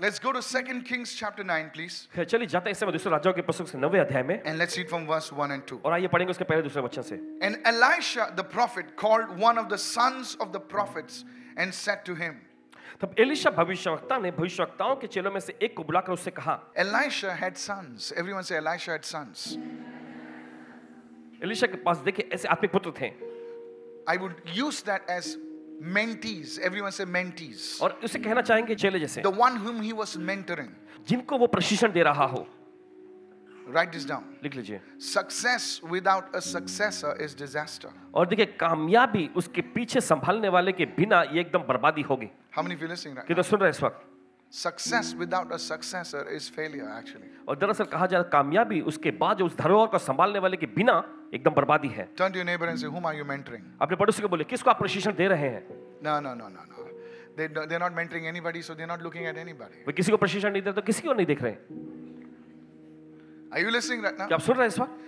Let's go to 2 Kings chapter 9, please. खैर, चलिए जाते हैं इस समय दूसरे राजाओं के पुस्तक से नवे अध्याय में And let's read from verse 1 and 2. और आइए पढ़ेंगे उसके पहले दूसरे वचन से And Elisha the prophet called one of the sons of the prophets and said to him, तब एलिशा भविष्यवक्ता ने भविष्यवक्ताओं के चेलों में से एक को बुलाकर उससे कहा Elisha had sons. Everyone say, Elisha had sons. Elisha के पास देखिए ऐसे आत्मिक पुत्र थे I would use that as mentees. Everyone say, mentees. और उसे कहना चाहेंगे चेले जैसे The one whom he was mentoring. जिनको वो प्रशिक्षण दे रहा हो Write this down. लिख लीजिए Success without a successor is disaster. और देखिए कामयाबी उसके पीछे संभालने वाले के बिना ये एकदम बर्बादी होगी How many of you are listening right? now? कितना सुन रहे हैं इस वक्त Success without a successor is failure, actually. और धरअसल कहा जा रहा है, कामयाबी उसके बाद जो उस धरोहर को संभालने वाले के बिना एकदम बर्बादी है Turn to your neighbor and say, Whom are you mentoring? अपने पड़ोसी को बोले किसको आप प्रशिक्षण दे रहे हैं No, no, no, no, no. They, don't- they're not mentoring anybody, so they're not looking at anybody. वे किसी को प्रशिक्षण नहीं दे रहे तो किसी को नहीं देख रहे हैं Are you listening right now? क्या आप सुन रहे हैं इस वक्त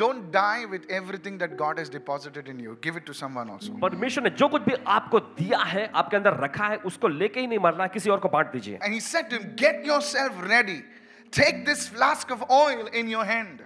Don't die with everything that God has deposited in you. Give it to someone also. परमेश्वर ने जो कुछ भी आपको दिया है आपके अंदर रखा है उसको लेके ही नहीं मरना है, किसी और को बांट दीजिए And he said to him, Get yourself ready. Take this flask of oil in your hand.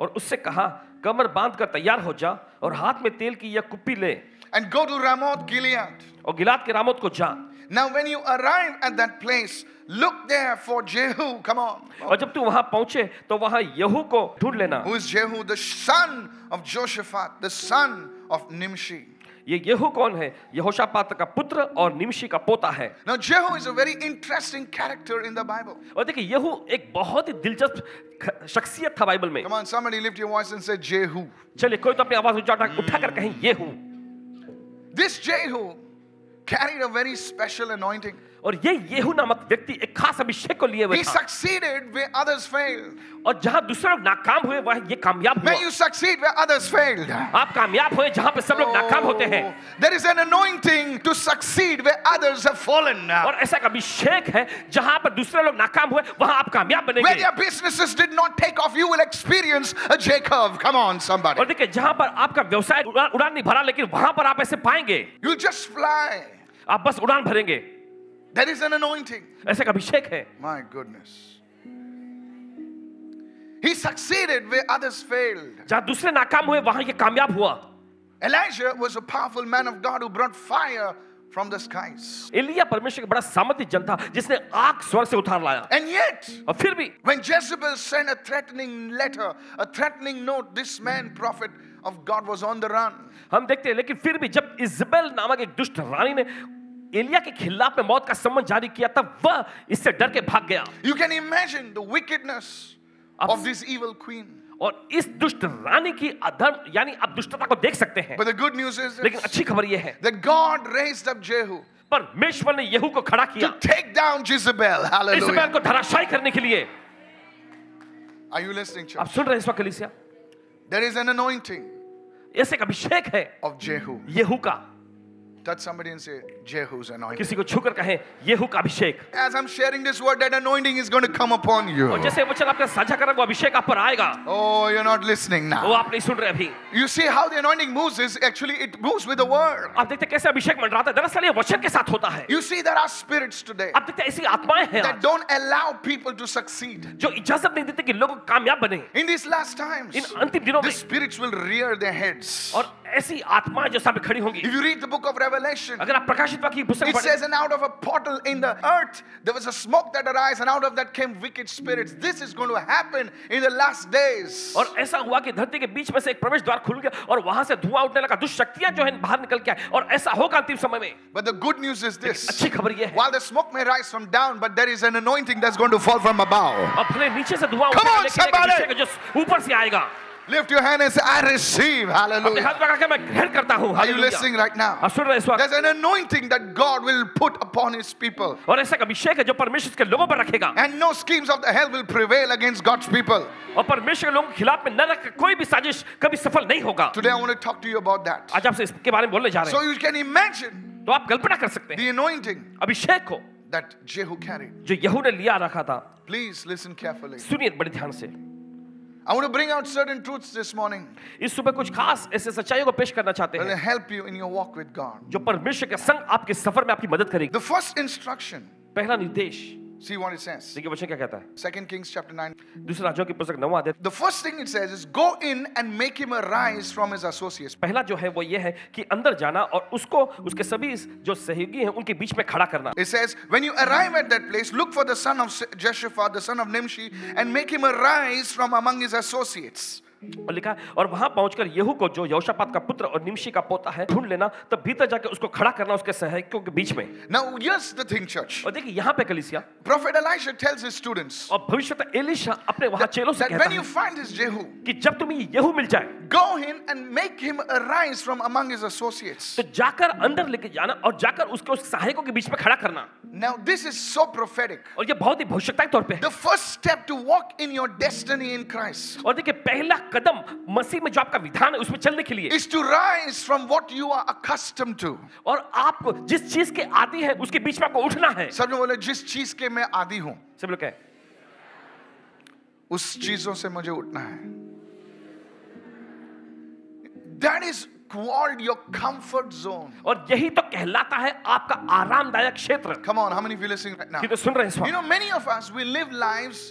और उससे कहा कमर बांध कर तैयार हो जा और हाथ में तेल की यह कुप्पी ले and go to Ramoth Gilead. और गिलाद के रामोत को जा Now, when you arrive at that place, look there for Jehu. Come on. और जब तू वहां पहुंचे तो वहां यहू को ढूंढ लेना Who is Jehu? The son of Joshaphat, the son of Nimshi. ये यहू कौन है यहोशापात का पुत्र और निमशी का पोता है Now, Jehu is a very interesting character in the Bible. और देखिए यहू एक बहुत ही दिलचस्प ख- शख्सियत था बाइबल में Come on, somebody lift your voice and say, Jehu. चलिए कोई तो अपनी आवाज उठा उठा कर कहें येहू This Jehu carried a very special anointing. और ये येहू नामक व्यक्ति एक खास अभिषेक को लिए हुए He था succeeded where others failed. और जहां दूसरे लोग नाकाम हुए वह ये कामयाब May हुआ you succeed where others failed. आप कामयाब हुए जहां पे सब लोग नाकाम होते हैं Oh, there is an anointing to succeed where others have fallen. और ऐसा एक अभिषेक है जहां पर दूसरे लोग नाकाम हुए वहां आप कामयाब Where बनेंगे their businesses did not take off, you will experience a Jacob. Come on, somebody. और देखिए जहां पर आपका व्यवसाय उड़ा- उड़ान नहीं भरा लेकिन वहां पर आप ऐसे पाएंगे You'll just fly. आप बस उड़ान भरेंगे There is an anointing. ऐसा एक अभिषेक है My goodness. He succeeded where others failed. जहां दूसरे नाकाम हुए वहां ये कामयाब हुआ Elijah was a powerful man of God who brought fire from the skies. Elia परमेश्वर का बड़ा सामर्थ्य जन था जिसने आग स्वर से उतार लाया And yet, और फिर भी when Jezebel sent a threatening letter, a threatening note, this man, prophet of God, was on the run. हम देखते हैं लेकिन फिर भी जब इजबेल नामक एक दुष्ट रानी ने एलिया के खिलाफ में मौत का सम्मन जारी किया तब वह इससे डर के भाग गया You can imagine the wickedness of this evil queen. और इस दुष्ट रानी की अधर्म यानी आप दुष्टता को देख सकते हैं But the good news is लेकिन this, अच्छी खबर यह है that God raised up Jehu परमेश्वर ने यहू को खड़ा किया to take down Jezebel. Jezebel Hallelujah. को धराशायी करने के लिए Are you listening, आप church? सुन रहे हैं इस वक्त कलिसिया There is an anointing ऐसे एक अभिषेक है of Jehu. येहू का Touch somebody and say, Jehu's anointing. किसी को छूकर कहें येहू का अभिषेक As I'm sharing this word, that anointing is going to come upon you. और जैसे वचन आपका साझा करा वो अभिषेक आप पर आएगा Oh, you're not listening वो now. आप नहीं सुन रहे अभी You see how the anointing moves is actually it moves with the word. आप देखते हैं कैसे अभिषेक मंडराता है दरअसल ये वचन के साथ होता है You see, there are spirits today आप देखते हैं ऐसी आत्माएं हैं that आज, don't allow people to succeed. जो इजाजत नहीं देते कि लोग कामयाब बने In these last times, इन अंतिम दिनों the में spirits will rear their heads. और ऐसी आत्माएं जो सामने खड़ी होंगी If you read the book of Revelation, अगर आप प्रकाशित वाक्य की पुस्तक It पढ़ें says, and out of a portal in the earth there was a smoke that arose, and out of that came wicked spirits. This is going to happen in the last days. और ऐसा हुआ कि धरती के बीच में से एक प्रवेश द्वार खुल गया और वहां से धुआं उठने लगा दुष्शक्तियां जो है बाहर निकल के आए और ऐसा होगा अंतिम समय में But the good news is this अच्छी खबर यह है while the smoke may rise from down, but there is an anointing that's going to fall from above. और भले नीचे से धुआं Come उठेगा, on, लेकिन एक somebody! अभिषेक है जो ऊपर से आएगा Lift your hand and say, I receive. अपने Hallelujah. हाथ लगा के मैं ग्रहण करता हूँ Are you hallelujah. listening right now? आप सुन रहे हैं इस वक्त There's an anointing that God will put upon his people. और ऐसा एक अभिषेक है जो परमेश्वर के लोगों पर रखेगा And no schemes of the hell will prevail against God's people. और परमेश्वर के लोगों के खिलाफ में न रख कोई भी साजिश कभी सफल नहीं होगा Today I want to talk to you about that. आज आपसे इसके बारे में बोलने जा रहे So you can imagine हैं तो आप कल्पना कर सकते हैं the anointing अभिषेक को that Jehu carried. जो यहू ने लिया रखा था Please listen carefully. सुनिए बड़े ध्यान से I want to bring out certain truths this morning इस सुबह कुछ खास ऐसे सच्चाइयों को पेश करना चाहते that will हैं help you in your walk with God. जो परमेश्वर के संग आपके सफर में आपकी मदद करेगी The first instruction पहला निर्देश See what it says. देखिए वचन क्या कहता है 2 Kings chapter 9. दूसरे राज्यों की पुस्तक नवा अध्याय The first thing it says is go in and make him arise from his associates. पहला जो है वो ये है कि अंदर जाना और उसको उसके सभी जो सहयोगी हैं उनके बीच में खड़ा करना It says, when you arrive at that place, look for the son of Jeshaphat, the son of Nimshi, and make him arise from among his associates. और लिखा है, और वहां पहुंचकर येहू को जो यहोशापात का पुत्र और निमशी का पोता है ढूंढ लेना तब भीतर जाकर उसको खड़ा करना उसके सहयोगियों के बीच में Now, here's the thing, church. और देखिए यहाँ पे कलिसिया Prophet Elisha tells his students और भविष्य एलिशा अपने वहां चेलों से that कहता when you है find this Jehu, कि जब तुम्हें येहू मिल जाए go in and make him arise from among his associates. तो जाकर अंदर लेके जाना और जाकर उसके उस सहायकों के बीच में खड़ा करना Now, this is so prophetic. और ये बहुत ही भविष्यता के तौर पे है The first step to walk in your destiny in Christ और देखिए पहला कदम मसीह में जो आपका विधान है उसमें चलने के लिए is to rise from what you are accustomed to. और आपको जिस चीज के आदि है उसके बीच में आपको उठना है सबने बोले जिस चीज के मैं आदि हूं सब लोग कहें उस चीजों से मुझे उठना है that is called your comfort zone और यही तो कहलाता है आपका आरामदायक क्षेत्र come on how many feel listening right ये नाउ तो सुन रहे हैं इस यू वक्त no many of us we live lives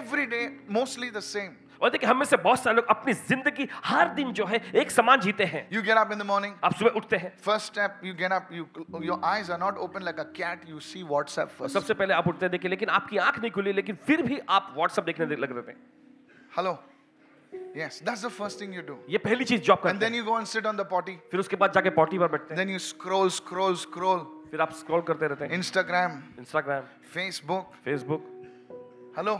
every day mostly the same और देखिए हम में से बहुत सारे लोग अपनी जिंदगी हर दिन जो है एक समान जीते हैं you get up in the morning आप सुबह उठते हैं first step you get up you your eyes are not open like a cat you see WhatsApp first सबसे पहले आप उठते हैं देखिए लेकिन आपकी आंख नहीं खुली लेकिन फिर भी आप व्हाट्सएप देखने दे- लग रहे हैं hello yes that's the first thing you do ये पहली चीज जो आप एंड करते देन हैं you go and sit on the potty फिर उसके बाद जाके पॉटी पर बैठते हैं then you scroll scroll scroll फिर आप स्क्रॉल करते रहते हैं Instagram Instagram Facebook Facebook Hello?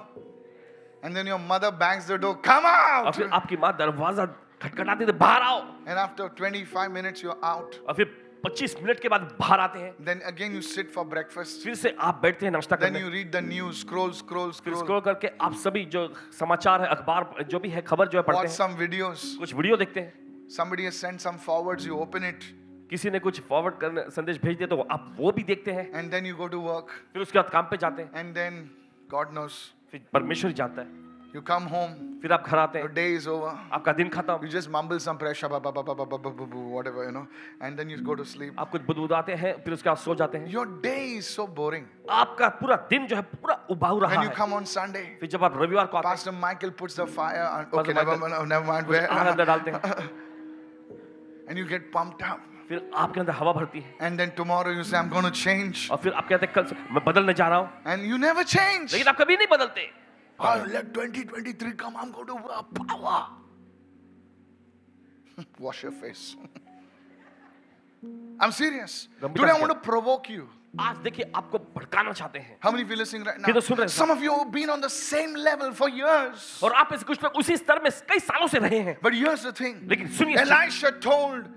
And then your mother bangs the door, come और out! फिर आपकी माँ दरवाजा खटखटाती है बाहर आओ And after 25 minutes, you're out. और फिर 25 मिनट के बाद बाहर आते हैं Then again, you sit for breakfast. फिर से आप बैठते हैं नाश्ता Then करने you read the news, scroll, scroll, फिर scroll. स्क्रॉल करके आप सभी जो समाचार है अखबार जो भी है खबर जो है पढ़ते Watch हैं some videos. कुछ वीडियो देखते हैं Somebody has sent some forwards, you open it, किसी ने कुछ फॉरवर्ड करने संदेश भेज दिया तो वो- आप वो भी देखते हैं and then you go to work. फिर उसके बाद काम पे जाते हैं And then, God knows, फिर परमेश्वर जानता है you come home, फिर आप घर आते your हैं day is over. आपका दिन You खत्म just mumble some prayer, shabba, ba, ba, ba, ba, ba, ba, ba, ba, whatever, you know, and then you go to sleep. आप कुछ बुदबुदाते हैं फिर उसके बाद सो जाते हैं Your day is so boring. आपका पूरा दिन जो है पूरा उबाऊ रहा When you है come on Sunday, फिर जब आप रविवार को आते हैं Pastor Michael puts the fire on. Okay, never Michael- mind. oh, Never mind. कुछ आग अंदर Where, डालते हैं and you get pumped up. फिर आपके अंदर हवा भरती है And then tomorrow you say, I'm going to change. और फिर आप कहते हैं कल से मैं बदलने जा रहा हूँ And you never change. लेकिन आप कभी नहीं बदलते Oh, let 2023 come. I'm going to work power. Wash your face. I'm serious. Gambhirta Today I se- want to provoke you. आज देखिए आपको भड़काना चाहते हैं How many of you listening right Ye toh sun now? rahe hain, Some of you have been on the same level for years. और आप ऐसे कुछ लोग उसी स्तर में कई सालों से रहे हैं But here's the thing. लेकिन सुनिए Elisha told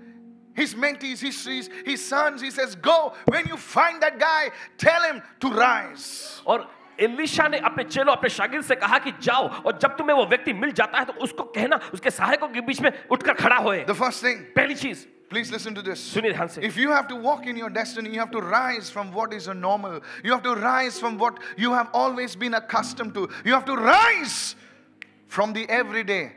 his mentees, his, his, his sons, he says, Go, when you find that guy, tell him to rise. और एलिशा ने अपने चेलो अपने शागिर्द से कहा कि जाओ और जब तुम्हें वो व्यक्ति मिल जाता है तो उसको कहना उसके सहायकों के बीच में उठकर खड़ा होए The first thing, पहली चीज please listen to this. सुनिए ध्यान से If you have to walk in your destiny, you have to rise from what is a normal. You have to rise from what you have always been accustomed to. You have to rise from the everyday.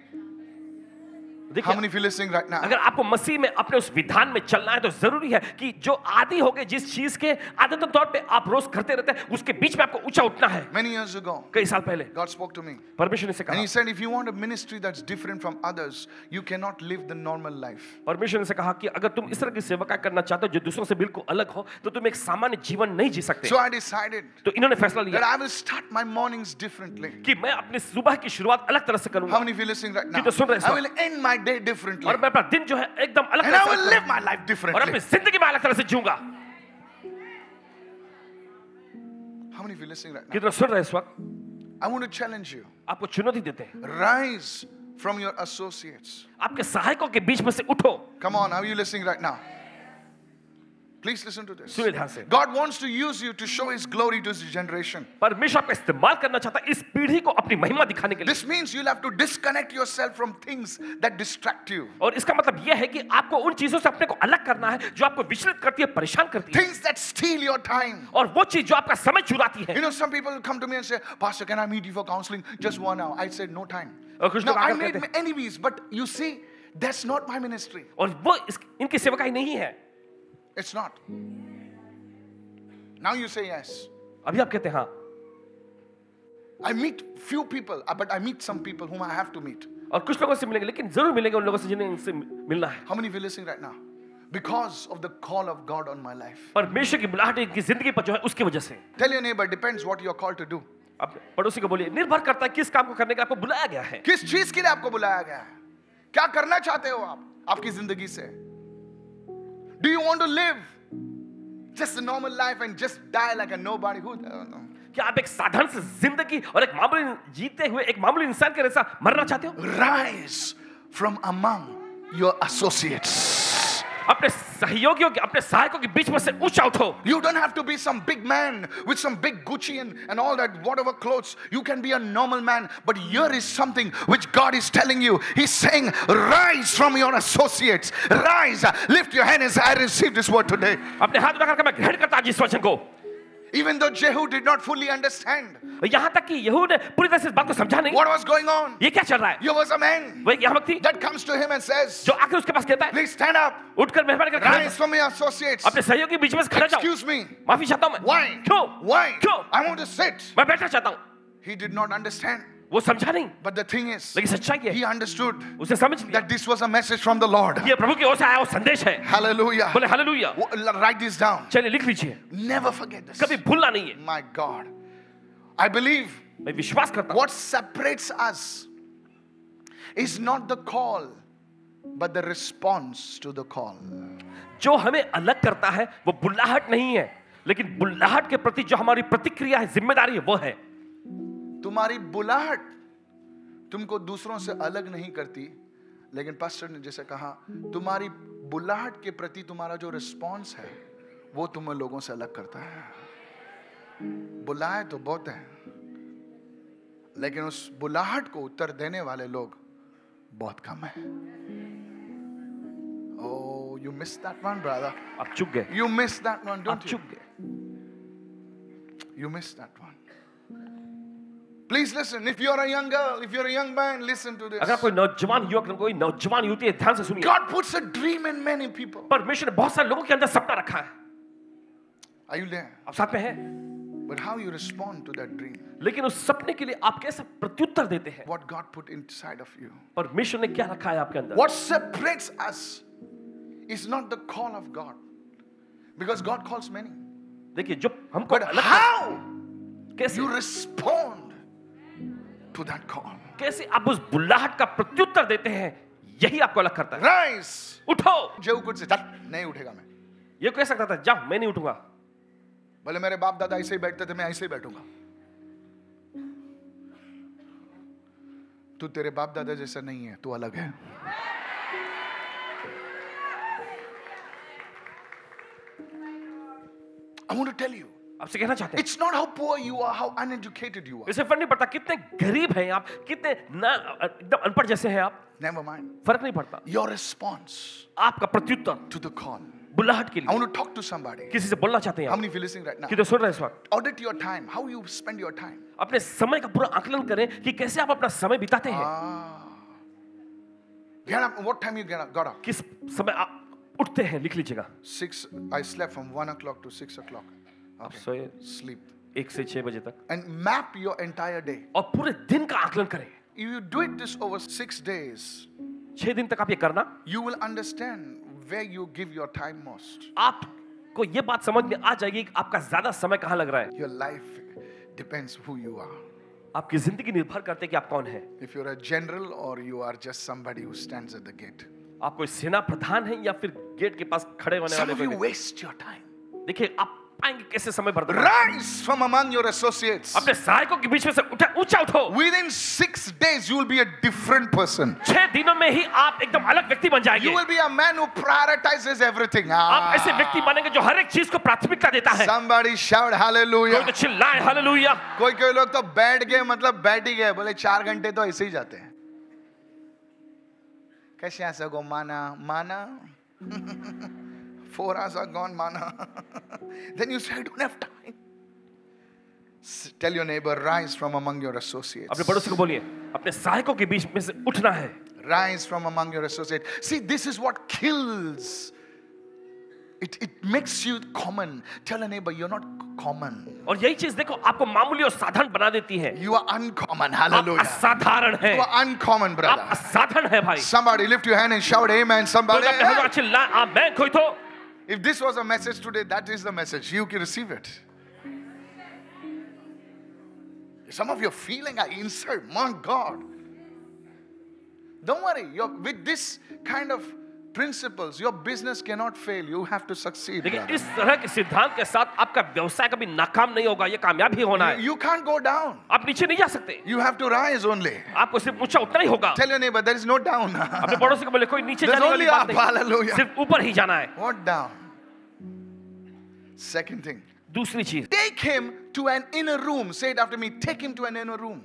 How देखिए many of you listening right now? अगर आपको मसीह में अपने उस विधान में चलना है तो जरूरी है कि जो आदि हो गए जिस चीज के आदत तौर पे आप रोज करते रहते हैं उसके बीच में आपको ऊंचा उठना है Many years ago, कई साल पहले God spoke to me. परमेश्वर ने से And कहा He said, If you want a ministry that's different from others, you cannot live the normal life. परमेश्वर ने से कहा कि अगर तुम इस तरह की सेवका करना चाहते हो जो दूसरों से बिल्कुल अलग हो तो तुम एक सामान्य जीवन नहीं जी सकते So I decided तो इन्होंने फैसला that लिया I will start my mornings differently. कि मैं अपनी सुबह की शुरुआत अलग तरह से How करूंगा many of you listening right now? तो सुन रहे हैं इस I वक्त। will end my day differently. और मैं अपना दिन जो है एकदम अलग And तरह I से will live करूंगा my life और अपनी differently. जिंदगी में अलग तरह से जीऊंगा How many of you listening right now? कितना सुन रहे हैं इस वक्त I want to challenge you. आपको चुनौती देते हैं Rise from your associates. आपके सहायकों के बीच में से उठो Come on, how are you listening right now? Please listen to this. सुनिए ध्यान से God wants to use you to show His glory to His generation. परमेश्वर आपका इस्तेमाल करना चाहता है इस पीढ़ी को अपनी महिमा दिखाने के लिए This means you'll have to disconnect yourself from things that distract you, और इसका मतलब यह है कि आपको उन चीजों से अपने को अलग करना है जो आपको विचलित करती है परेशान करती है things that steal your time. और वो चीज जो आपका समय चुराती है You know, some people come to me and say, Pastor, can I meet you for counseling? Just one hour. I said, No time. और कुछ Now, लोग आकर I made कहते enemies, but you see, that's not my ministry. और वो इस, इनकी सेवकाई नहीं है It's not. Now you say yes. अभी आप कहते हैं हाँ I meet few people, uh, but I meet some people whom I have to meet. और कुछ लोगों से मिलेंगे लेकिन जरूर मिलेंगे उन लोगों से जिन्हें मिलना है How many of you listening right now? Because of the call of God on my life. परमेश्वर की बुलाहट इनकी जिंदगी पर जो है उसकी वजह से Tell your neighbor, depends what you're called to do. अब पड़ोसी को बोलिए निर्भर करता है किस काम को करने का आपको बुलाया गया है किस चीज के लिए आपको बुलाया गया है क्या करना चाहते हो आप आपकी जिंदगी से do you want to live just normal life and just die like nobody क्या आप एक साधारण सी जिंदगी और एक मामूली जीते हुए एक मामूली इंसान के जैसा मरना चाहते हो rise from among your associates अपने सहयोगियों के अपने सहायकों के बीच में से ऊंचा उठो You don't have to be some big man with some big Gucci and, and all that, whatever clothes. You can be a normal man. But here is something which God is telling you. He's saying, Rise from your associates. Rise. Lift your hand and say, I received this word today. अपने हाथ उठाकर मैं ग्रहण करता हूं इस वचन को Even though Jehu did not fully understand यहां तक कि यहू ने पूरी तरह से इस बात को समझा नहीं what was going on, ये क्या चल रहा है here was a man वही यहाँ व्यक्ति that comes to him and says, जो आकर उसके पास कहता है Please stand up. उठकर मेहरबानी कर खड़ा Rise from your associates. अपने सहयोगी के बीच में से खड़ा जाओ Excuse me. माफी चाहता हूं मैं Why? क्यों Why? क्यों I want to sit. मैं बैठना चाहता हूं He did not understand. वो समझा नहीं But the thing is, लेकिन सच्चाई ये he है, understood उसने समझ लिया that this was a message from the Lord. ये प्रभु की ओर से आया हुआ संदेश है Hallelujah. बोले hallelujah W- l- Write this down. चलिए लिख लीजिए Never forget this. कभी भूलना नहीं है My God. I believe मैं विश्वास करता हूं what separates us is not the call, but the response to the call. जो हमें अलग करता है वो बुल्लाहट नहीं है लेकिन बुल्लाहट के प्रति जो हमारी प्रतिक्रिया है जिम्मेदारी है वो है तुम्हारी बुलाहट तुमको दूसरों से अलग नहीं करती लेकिन पास्टर ने जैसे कहा तुम्हारी बुलाहट के प्रति तुम्हारा जो रिस्पॉन्स है वो तुम्हें लोगों से अलग करता है बुलाए तो बहुत है लेकिन उस बुलाहट को उत्तर देने वाले लोग बहुत कम Oh, है oh you miss that one brother आप चुप गए यू मिस दैट वन आप डोंट यू चुप गए You missed that one. Please listen. If you're a young girl, if you're a young man, listen to अगर this. कोई नौजवान युवक कोई नौजवान युवती है ध्यान से सुनिए God puts a dream in many people. परमेश्वर ने बहुत सारे लोगों के अंदर सपना रखा है Are you there? आप साथ में है But how you respond to that dream, लेकिन उस सपने के लिए आप कैसे प्रत्युत्तर देते हैं what God put inside of you, परमेश्वर ने क्या रखा है आपके अंदर what separates us is not the call of God. Because God calls many. देखिए जो हमको But अलग how कैसे you respond to that call. कैसे आप उस बुल्लाहट का प्रत्युत्तर देते हैं यही आपको अलग करता है Rise. उठो जेऊ कुछ से "चल, नहीं उठेगा मैं ये कह सकता था जाओ मैं नहीं उठूंगा भले मेरे बाप दादा ऐसे ही बैठते थे मैं ऐसे ही बैठूंगा तू तेरे बाप दादा जैसा नहीं है तू अलग है I want to tell you आपसे कहना चाहते हैं it's not how poor you are how uneducated you are इसे फर्क नहीं पड़ता कितने गरीब हैं आप कितने ना एकदम अनपढ़ जैसे हैं आप नेवर माइंड फर्क नहीं पड़ता योर रिस्पॉन्स आपका प्रत्युत्तर टू द कॉल बुलाहट के आई लिए want to talk to somebody किसी से बोलना चाहते हैं हाउ आप मेनी फीलिंग राइट कि नाउ तो सुन रहे हैं इस वक्त audit your time how you spend your time अपने समय का पूरा आकलन करें कि कैसे आप अपना समय बिताते हैं Ah. Get up what time you get up got up किस समय आप उठते हैं लिख लीजिएगा six i slept from one o'clock to six o'clock आप सोए sleep एक से छह बजे तक and map your entire day और पूरे दिन का आकलन करें if you do it this over six days छह दिन तक आप ये करना you will understand where you give your time most आपको ये बात समझ में आ जाएगी कि आपका ज्यादा समय कहाँ लग रहा है your life depends who you are आपकी जिंदगी निर्भर करते है कि आप कौन है if you're a general or you are just somebody who stands at the gate आप कोई सेना प्रधान है या फिर गेट के पास खड़े होने some वाले of कोई you व्यक्ति? waste your time देखिए आप पाएंगे कैसे समय बर्बाद rise from among your associates अपने सहायकों के बीच में से उठा ऊंचा उठो within six days you will be a different person छह दिनों में ही आप एकदम अलग व्यक्ति बन जाएंगे you will be a man who prioritizes everything Ah, आप ऐसे व्यक्ति बनेंगे जो हर एक चीज को प्राथमिकता देता है somebody shout hallelujah कोई तो चिल्लाए हालेलुया कोई कोई लोग तो बैठ गए मतलब बैठ ही गए बोले चार घंटे तो ऐसे ही जाते हैं कैसे आ सको माना माना फोर आवर्स आर गॉन माना then you say don't have time tell your neighbour rise from among your अपने एसोसिएट्स पड़ोसी को बोलिए अपने सहायकों के बीच में से उठना है rise from among your associate see this is what kills It, it makes you common. Tell a neighbor, you're not common. और यही चीज देखो आपको मामूली और साधारण बना देती है You are uncommon. आप Hallelujah. असाधारण है You are uncommon, आप brother. असाधारण है भाई Somebody lift your hand and shout amen. Somebody. अच्छी आप मैं कोई तो If this was a message today, that is the message. You can receive it. Some of you are feeling an insult. My God. Don't worry. You're, with this kind of principles, your business cannot fail. You have to succeed. लेकिन brother. इस तरह के सिद्धांत के साथ आपका व्यवसाय कभी नाकाम नहीं होगा ये कामयाब ही होना है You can't go down. आप नीचे नहीं जा सकते You have to rise only. आपको सिर्फ ऊंचा उतना ही होगा Tell your neighbor, there is no down. अपने पड़ोसी को बोले कोई नीचे There's जाने वाली only बात up, नहीं hallelujah. सिर्फ ऊपर ही जाना है what down? Second thing. दूसरी चीज Take him to an inner room. Say it after me. Take him to an inner room.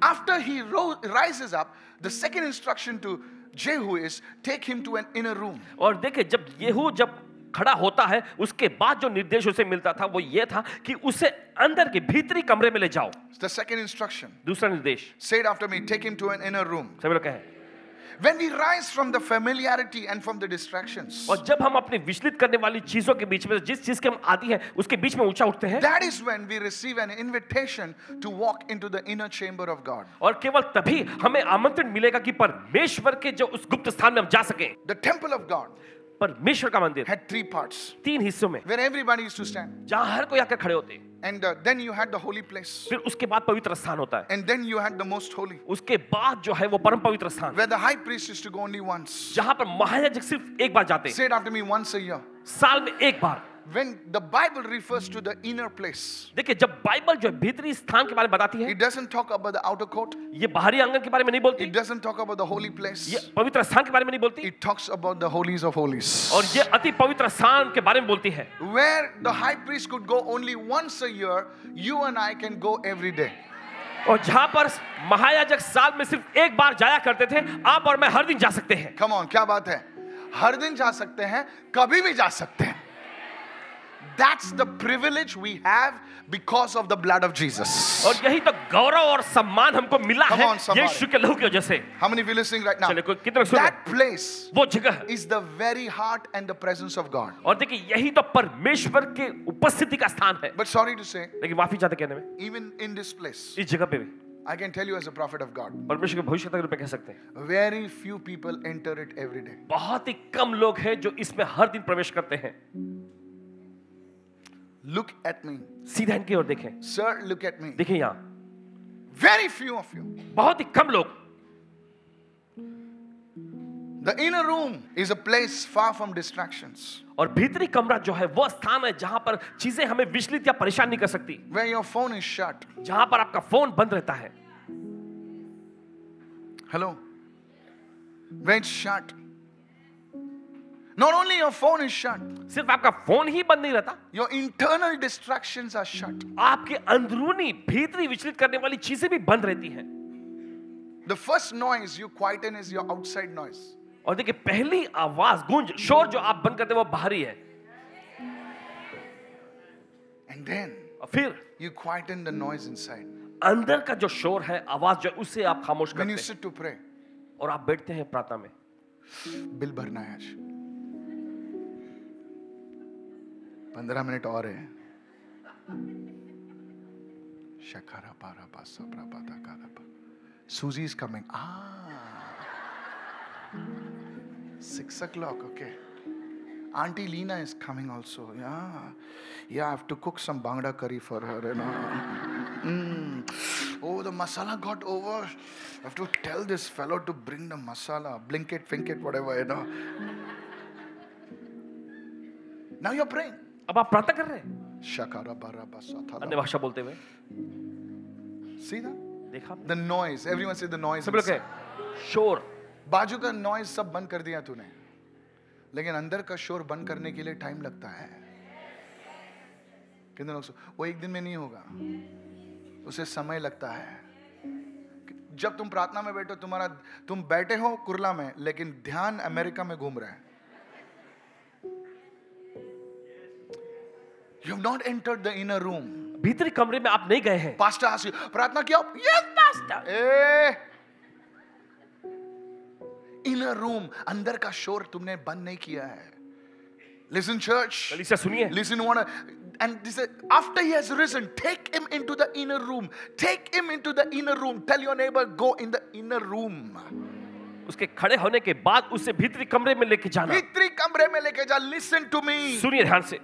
After he ro- rises up, the second instruction to Jehu is take him to an inner room. और देखिए जब येहू जब खड़ा होता है उसके बाद जो निर्देश उसे मिलता था वो ये था कि उसे अंदर के भीतरी कमरे में ले जाओ It's the second instruction. दूसरा निर्देश Say it after me. Take him to an inner room. सभी लोग कहें When we rise from the familiarity and from the distractions, और जब हम अपनी विचलित करने वाली चीजों के बीच में जिस चीज के हम आदि हैं उसके बीच में ऊंचा उठते हैं that is when we receive an invitation to walk into the inner chamber of God. और केवल तभी हमें आमंत्रण मिलेगा कि परमेश्वर के जो उस गुप्त स्थान में हम जा सके The temple of God परमेश्वर का मंदिर had three parts तीन हिस्सों में where everybody used to stand. जहां हर कोई आकर खड़े होते And uh, then you had the holy place. फिर उसके बाद पवित्र स्थान होता है And then you had the most holy. उसके बाद जो है वो परम पवित्र स्थान where the high priest used to go only once. जहां पर महायाजक सिर्फ एक बार जाते Say it after me once a year. साल में एक बार When the Bible refers to the inner place, देखिए जब बाइबल जो है भीतरी स्थान के बारे में बताती है it doesn't talk about the outer court, ये बाहरी आंगन के बारे में नहीं बोलती it doesn't talk about the holy ये place, पवित्र स्थान के बारे में नहीं बोलती it talks about the holies of holies. और ये अति पवित्र स्थान के बारे में बोलती है Where the high priest could go only once a year, you and I can go every day. और जहां पर महायाजक साल में सिर्फ एक बार जाया करते थे आप और मैं हर दिन जा सकते हैं Come on, क्या बात है? हर दिन जा सकते हैं, कभी भी जा सकते हैं. That's the privilege we have because of the blood of Jesus. और यही तो गौरव और सम्मान हमको मिला Come है on, somebody. यीशु के लहू की वजह से How many of you listening right now? चले कोई कितने लोग सुन रहे That place हैं? वो जगह is the very heart and the presence of God. और देखिए यही तो परमेश्वर के उपस्थिति का स्थान है But sorry to say, लेकिन माफी चाहते कहने में even in this place, इस जगह पे भी I can tell you as a prophet of God, परमेश्वर के भविष्य के रूप में कह सकते हैं very few people enter it every day. बहुत ही कम लोग हैं जो इसमें हर दिन प्रवेश करते हैं Look at me. सीधा इनकी ओर देखें Sir, look at me. देखिए यहाँ Very few of you. बहुत ही कम लोग The inner room is a place far from distractions, और भीतरी कमरा जो है वो स्थान है जहां पर चीजें हमें विचलित या परेशान नहीं कर सकती where your phone is shut. जहां पर आपका फोन बंद रहता है Hello? Where it's shut. Not only your phone is shut, सिर्फ आपका फोन ही बंद नहीं रहता your internal distractions are shut. आपके अंदरूनी भीतरी विचलित करने वाली चीजें भी बंद रहती हैं The first noise you quieten is your outside noise. और देखिए पहली आवाज गूंज शोर जो आप बंद करते हैं वो बाहरी है And then और फिर you quieten the noise inside. अंदर का जो शोर है आवाज जो है, उसे आप खामोश When करते you हैं sit to pray, और आप बैठते हैं प्रार्थना में बिल भरना है आज पंद्रह मिनट और है शकारा पारा पासा प्रपाता कारा पा सूजी इज कमिंग Ah. आ six o'clock okay aunty Lena is coming also yeah yeah have to cook some बांगड़ा करी फॉर हर ना Oh, the masala got over. I have to tell this fellow to bring the masala, blink it, fink it, whatever, you know. Now you're praying. अब आप प्रार्थना कर रहे हैं अन्य Shakarabarabasathara. भाषा बोलते हुए See that? देखा आपने? The noise. Everyone say the noise. सब लोग कहें, शोर बाजू का नॉइज सब बंद कर दिया तूने लेकिन अंदर का शोर बंद करने के लिए टाइम लगता है कितने लोग सो- वो एक दिन में नहीं होगा उसे समय लगता है जब तुम प्रार्थना में बैठो तुम्हारा तुम बैठे हो कुरला में लेकिन ध्यान अमेरिका में घूम रहा है you not entered the inner room भीतरी कमरे में आप नहीं गए हैं पास्टर आस्क प्रार्थना किया yes pastor a inner room अंदर का शोर तुमने बंद नहीं किया है Listen, church. कलीसिया सुनिए Listen, one. And this is, after he has risen, take him into the inner room. Take him into the inner room. Tell your neighbor, go in the inner room. उसके खड़े होने के बाद उसे भीतरी कमरे में लेके जाना भीतरी कमरे में लेके जा. Listen to me. सुनिए ध्यान से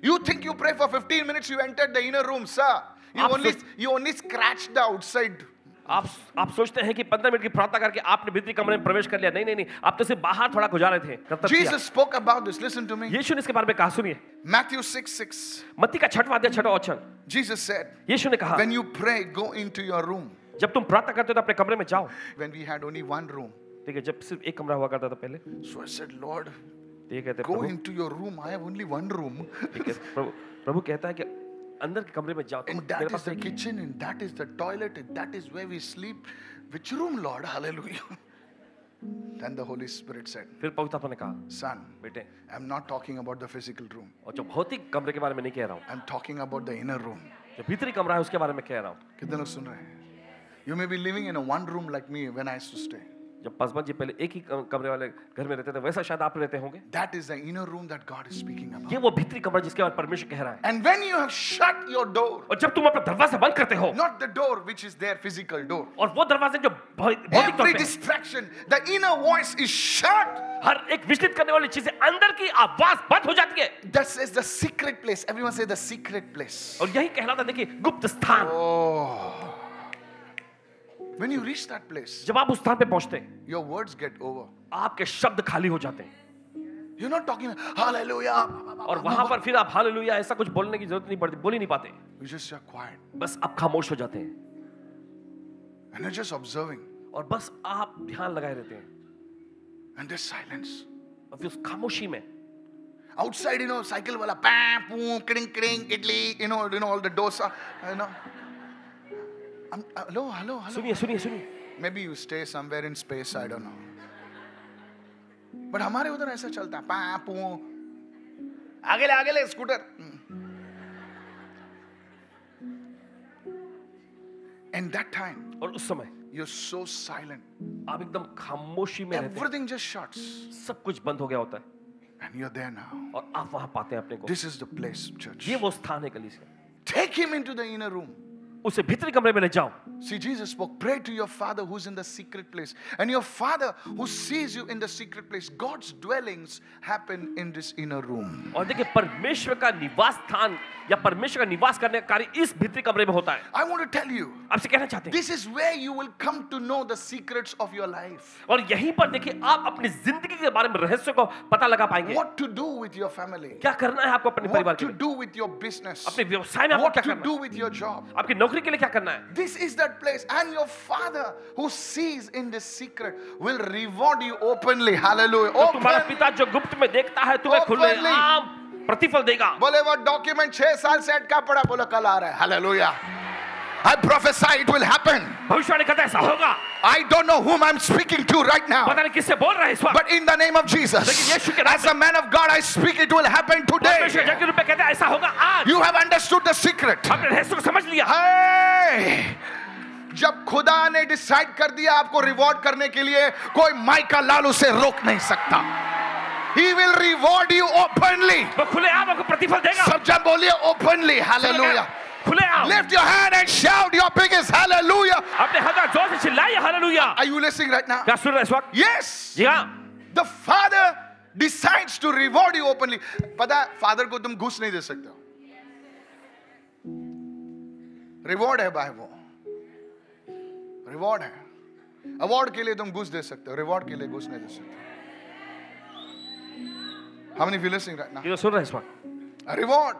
You think you pray for 15 minutes, you entered the inner room, sir. You Absolute- only you only scratched the outside. आप आप सोचते हैं कि पंद्रह मिनट की प्रार्थना करके आपने भीतरी कमरे में प्रवेश कर लिया नहीं नहीं नहीं आप तो सिर्फ बाहर थोड़ा गुजार रहे थे कर्तव्य किया। Jesus spoke about this. Listen to me. यीशु ने इसके बारे में कहा सुनिए Matthew 6 6. मत्ती का छठवा अध्याय छठा वचन Jesus said, यीशु ने कहा When you pray, go into your room. जब तुम प्रार्थना करते हो तो अपने कमरे में जाओ When we had only one room. ठीक है जब सिर्फ एक कमरा हुआ करता था पहले So I said, Lord, तो ये कहते हैं, go Prabhu into your room. I have only one room. ठीक है प्रभु प्रभु कहता है कि अंदर के कमरे में जाओ तुम And मेरे that is पास the एक- kitchen, and that is the toilet, and that is where we sleep. Which room, Lord? Hallelujah. Then the Holy Spirit said, फिर पवित्र आत्मा ने कहा Son, बेटे I'm not talking about the physical room. और जो भौतिक कमरे के बारे में नहीं कह रहा हूँ I'm talking about the inner room. जो भीतरी कमरा है उसके बारे में कह रहा हूँ कितने लोग सुन रहे हैं you may be living in one room like me when I used to stay. जब पसमन जी पहले एक ही कम- कमरे वाले घर में रहते थे वैसा शायद आप रहते होंगे That is the inner room that God is speaking about. ये वो भीतरी कमरा जिसके बारे में परमेश्वर कह रहा है And when you have shut your door, और जब तुम अपना दरवाजा बंद करते हो not the door which is their physical door, और वो दरवाजे जो भौ- भौतिक तौर every पे distraction, the inner voice is shut. हर एक विचलित करने वाली चीजें अंदर की आवाज बंद हो जाती है That says the secret place. Everyone say the secret place. और यही कहलाता है, देखिए गुप्त स्थान Oh. When you reach that place, जब आप उस स्थान पे पहुंचते हैं your words get over. आपके शब्द खाली हो जाते हैं You're not talking hallelujah. और वहां पर फिर आप हालेलुया ऐसा कुछ बोलने की जरूरत नहीं पड़ती बोल ही नहीं पाते You just are quiet. बस आप खामोश हो जाते हैं And you're just observing. और बस आप ध्यान लगाए रहते हैं And there's silence. और फिर उस खामोशी में Outside, you know, cycle wala, pam, poom, kring, kring, idli, you know, you know, all the dosa, you know. I'm, uh, hello, hello, hello. सुनिए सुनिए सुनिए Maybe you stay somewhere in space, I don't know. But हमारे उधर ऐसा चलता है पा पू आगे ले आगे ले स्कूटर And that time, और उस समय you're so silent. आप एकदम खामोशी में रहते Everything just shuts. हैं सब कुछ बंद हो गया होता है And you're there now. और आप वहां पाते हैं अपने को This is the place, church. ये वो स्थान है कली Take him into the inner room. उसे भीतरी कमरे में ले जाओ See, Jesus spoke, pray to your Father who's in the secret place. And your Father who sees you in the secret place, God's dwellings happen in this inner room. और देखिए परमेश्वर का निवास स्थान या परमेश्वर का निवास करने का कार्य इस भीतरी कमरे में होता है I want to tell you, आपसे कहना चाहते हैं this is where you will come to know the secrets of your life. और यहीं पर देखिए आप अपनी जिंदगी के बारे में रहस्य को पता लगा पाएंगे What to do with your family, क्या करना है आपको अपने परिवार what के to लिए do with your business, अपने व्यवसाय में आपको what क्या to करना do with your job. है आपकी नौकरी के लिए क्या करना है This is that place, and your father who sees in this secret will reward you openly. Hallelujah. तो तुम्हारा Openly. पिता जो गुप्त में देखता है तुम्हें Openly. खुले आम प्रतिफल देगा बोले वो डॉक्यूमेंट छह साल से अटका पड़ा बोला कल आ रहा है hallelujah I prophesy it will happen भविष्यवाणी कहता है, ऐसा होगा I don't know whom i'm speaking to right now पता नहीं किससे बोल रहे हैं इस वक्त but in the name of jesus लेकिन यीशु के नाम as a man of god i speak it will happen today परमेश्वर जग के रूप में कहते हैं ऐसा होगा आज you have understood the secret आपने रहस्य को समझ लिया हाँ। Hey! जब खुदा ने डिसाइड कर दिया आपको रिवॉर्ड करने के लिए कोई माइका लाल उसे रोक नहीं सकता he will reward you openly वो खुले आम आपको प्रतिफल देगा सब जब बोलिए ओपनली हालेलुया खुले आम Lift your hand and shout your biggest hallelujah. आपने हजार जोर से चिल्लाइए hallelujah Are you listening right now? क्या सुन रहे हैं इस वक्त Yes. जी हाँ The Father decides to reward you openly. पता है फादर को तुम घुस नहीं दे सकते हो रिवॉर्ड है भाई वो रिवॉर्ड है अवार्ड के लिए तुम घुस दे सकते हो रिवॉर्ड के लिए घुस नहीं दे सकते How many of you listening right now? ये जो हाँ, सुन रहे हैं इस वक्त A reward.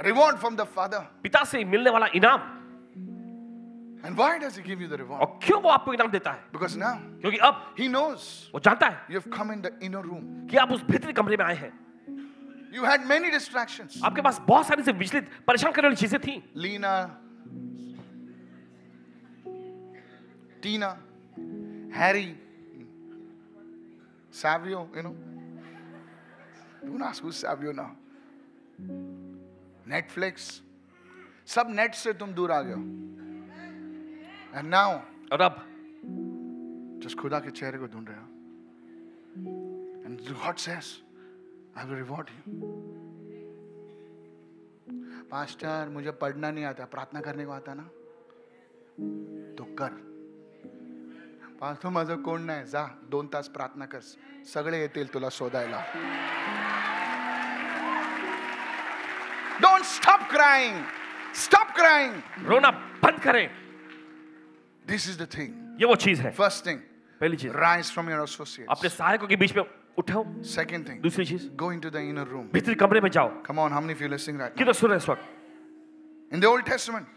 A reward from the Father. पिता से मिलने वाला इनाम And why does He give you the reward? और क्यों वो आपको इनाम देता है Because now क्योंकि अब He knows वो जानता है You've come in the inner room. कि आप उस भीतरी कमरे में आए हैं You had many distractions. आपके पास बहुत सारी से विचलित परेशान करने वाली चीजें थी Lena, Tina, Harry, Savio, you know. Don't ask who's Savio now. Netflix. सब नेट से तुम दूर आ गए हो एंड नाउ और अब जस्ट खुदा के चेहरे को ढूंढ रहे हो And God says, I will reward you. Pastor मुझे पढ़ना नहीं आता प्रार्थना करने को आता ना तो कर पास्टर माझं कोण नाही जा दोन तास प्रार्थना कर सगळे येतील तुला शोधायला don't stop crying stop crying रोना बंद करें दिस इज द थिंग ये वो चीज है फर्स्ट थिंग पहली चीज राइज फ्रॉम योर अपने एसोसिएट सहायकों के बीच में उठाओ सेकंड थिंग दूसरी चीज go into the inner room भीतरी कमरे में जाओ come on how many of you listening right now किधर सुन रहे हैं इस वक्त in the old testament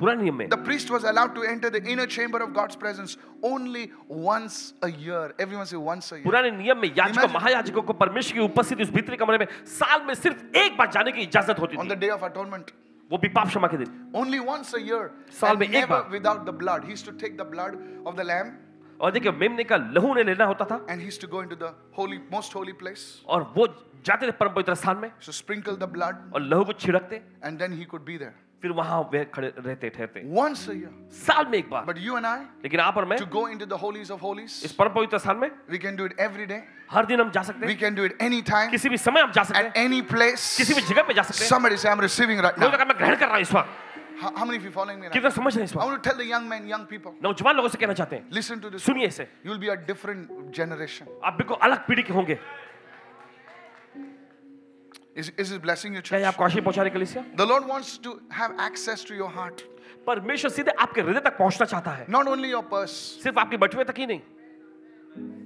पुराने नियम में the priest was allowed to enter the inner chamber of god's presence only once a year everyone say once a year पुराने नियम में याजकों Imagine- महायाजकों को परमेश्वर की उपस्थिति उस भीतरी कमरे में साल में सिर्फ एक बार जाने की इजाजत होती on थी the day of atonement वो भी पाप क्षमा के दिन only once a year साल and में एक never बार। without the blood he used to take the blood of the lamb और देखिए मेमने का लहू ने लेना होता था and he used to go into the holy most holy place और वो जाते थे परम पवित्र स्थान में so sprinkle the blood और लहू को छिड़कते and then he could be there फिर वहां वे खड़े रहते ठहरते once a year साल में एक बार but you and i लेकिन आप और मैं to go into the holies of इस holies परम पवित्र स्थान में we can do it every day हर दिन हम जा सकते we हैं can do it anytime किसी भी समय हम जा सकते at हैं any place किसी भी जगह पे जा सकते हैं Somebody say, I'm receiving right लोगों now. का मैं ग्रहण कर रहा हूं इस वक्त How, how many of you following me right now? कितना समझ रहे हैं इस I वक्त want to tell the young men, young people, नौजवान लोगों से कहना चाहते हैं listen to this. सुनिए इसे You'll be a different generation. आप बिल्कुल अलग पीढ़ी के होंगे क्या Is, is this blessing your ये church? आपको आशीष पहुंचाने के लिए से? The Lord wants to have access to your heart, परमेश्वर सीधे आपके हृदय तक पहुंचना चाहता है not only your purse. सिर्फ आपके बटुए तक ही नहीं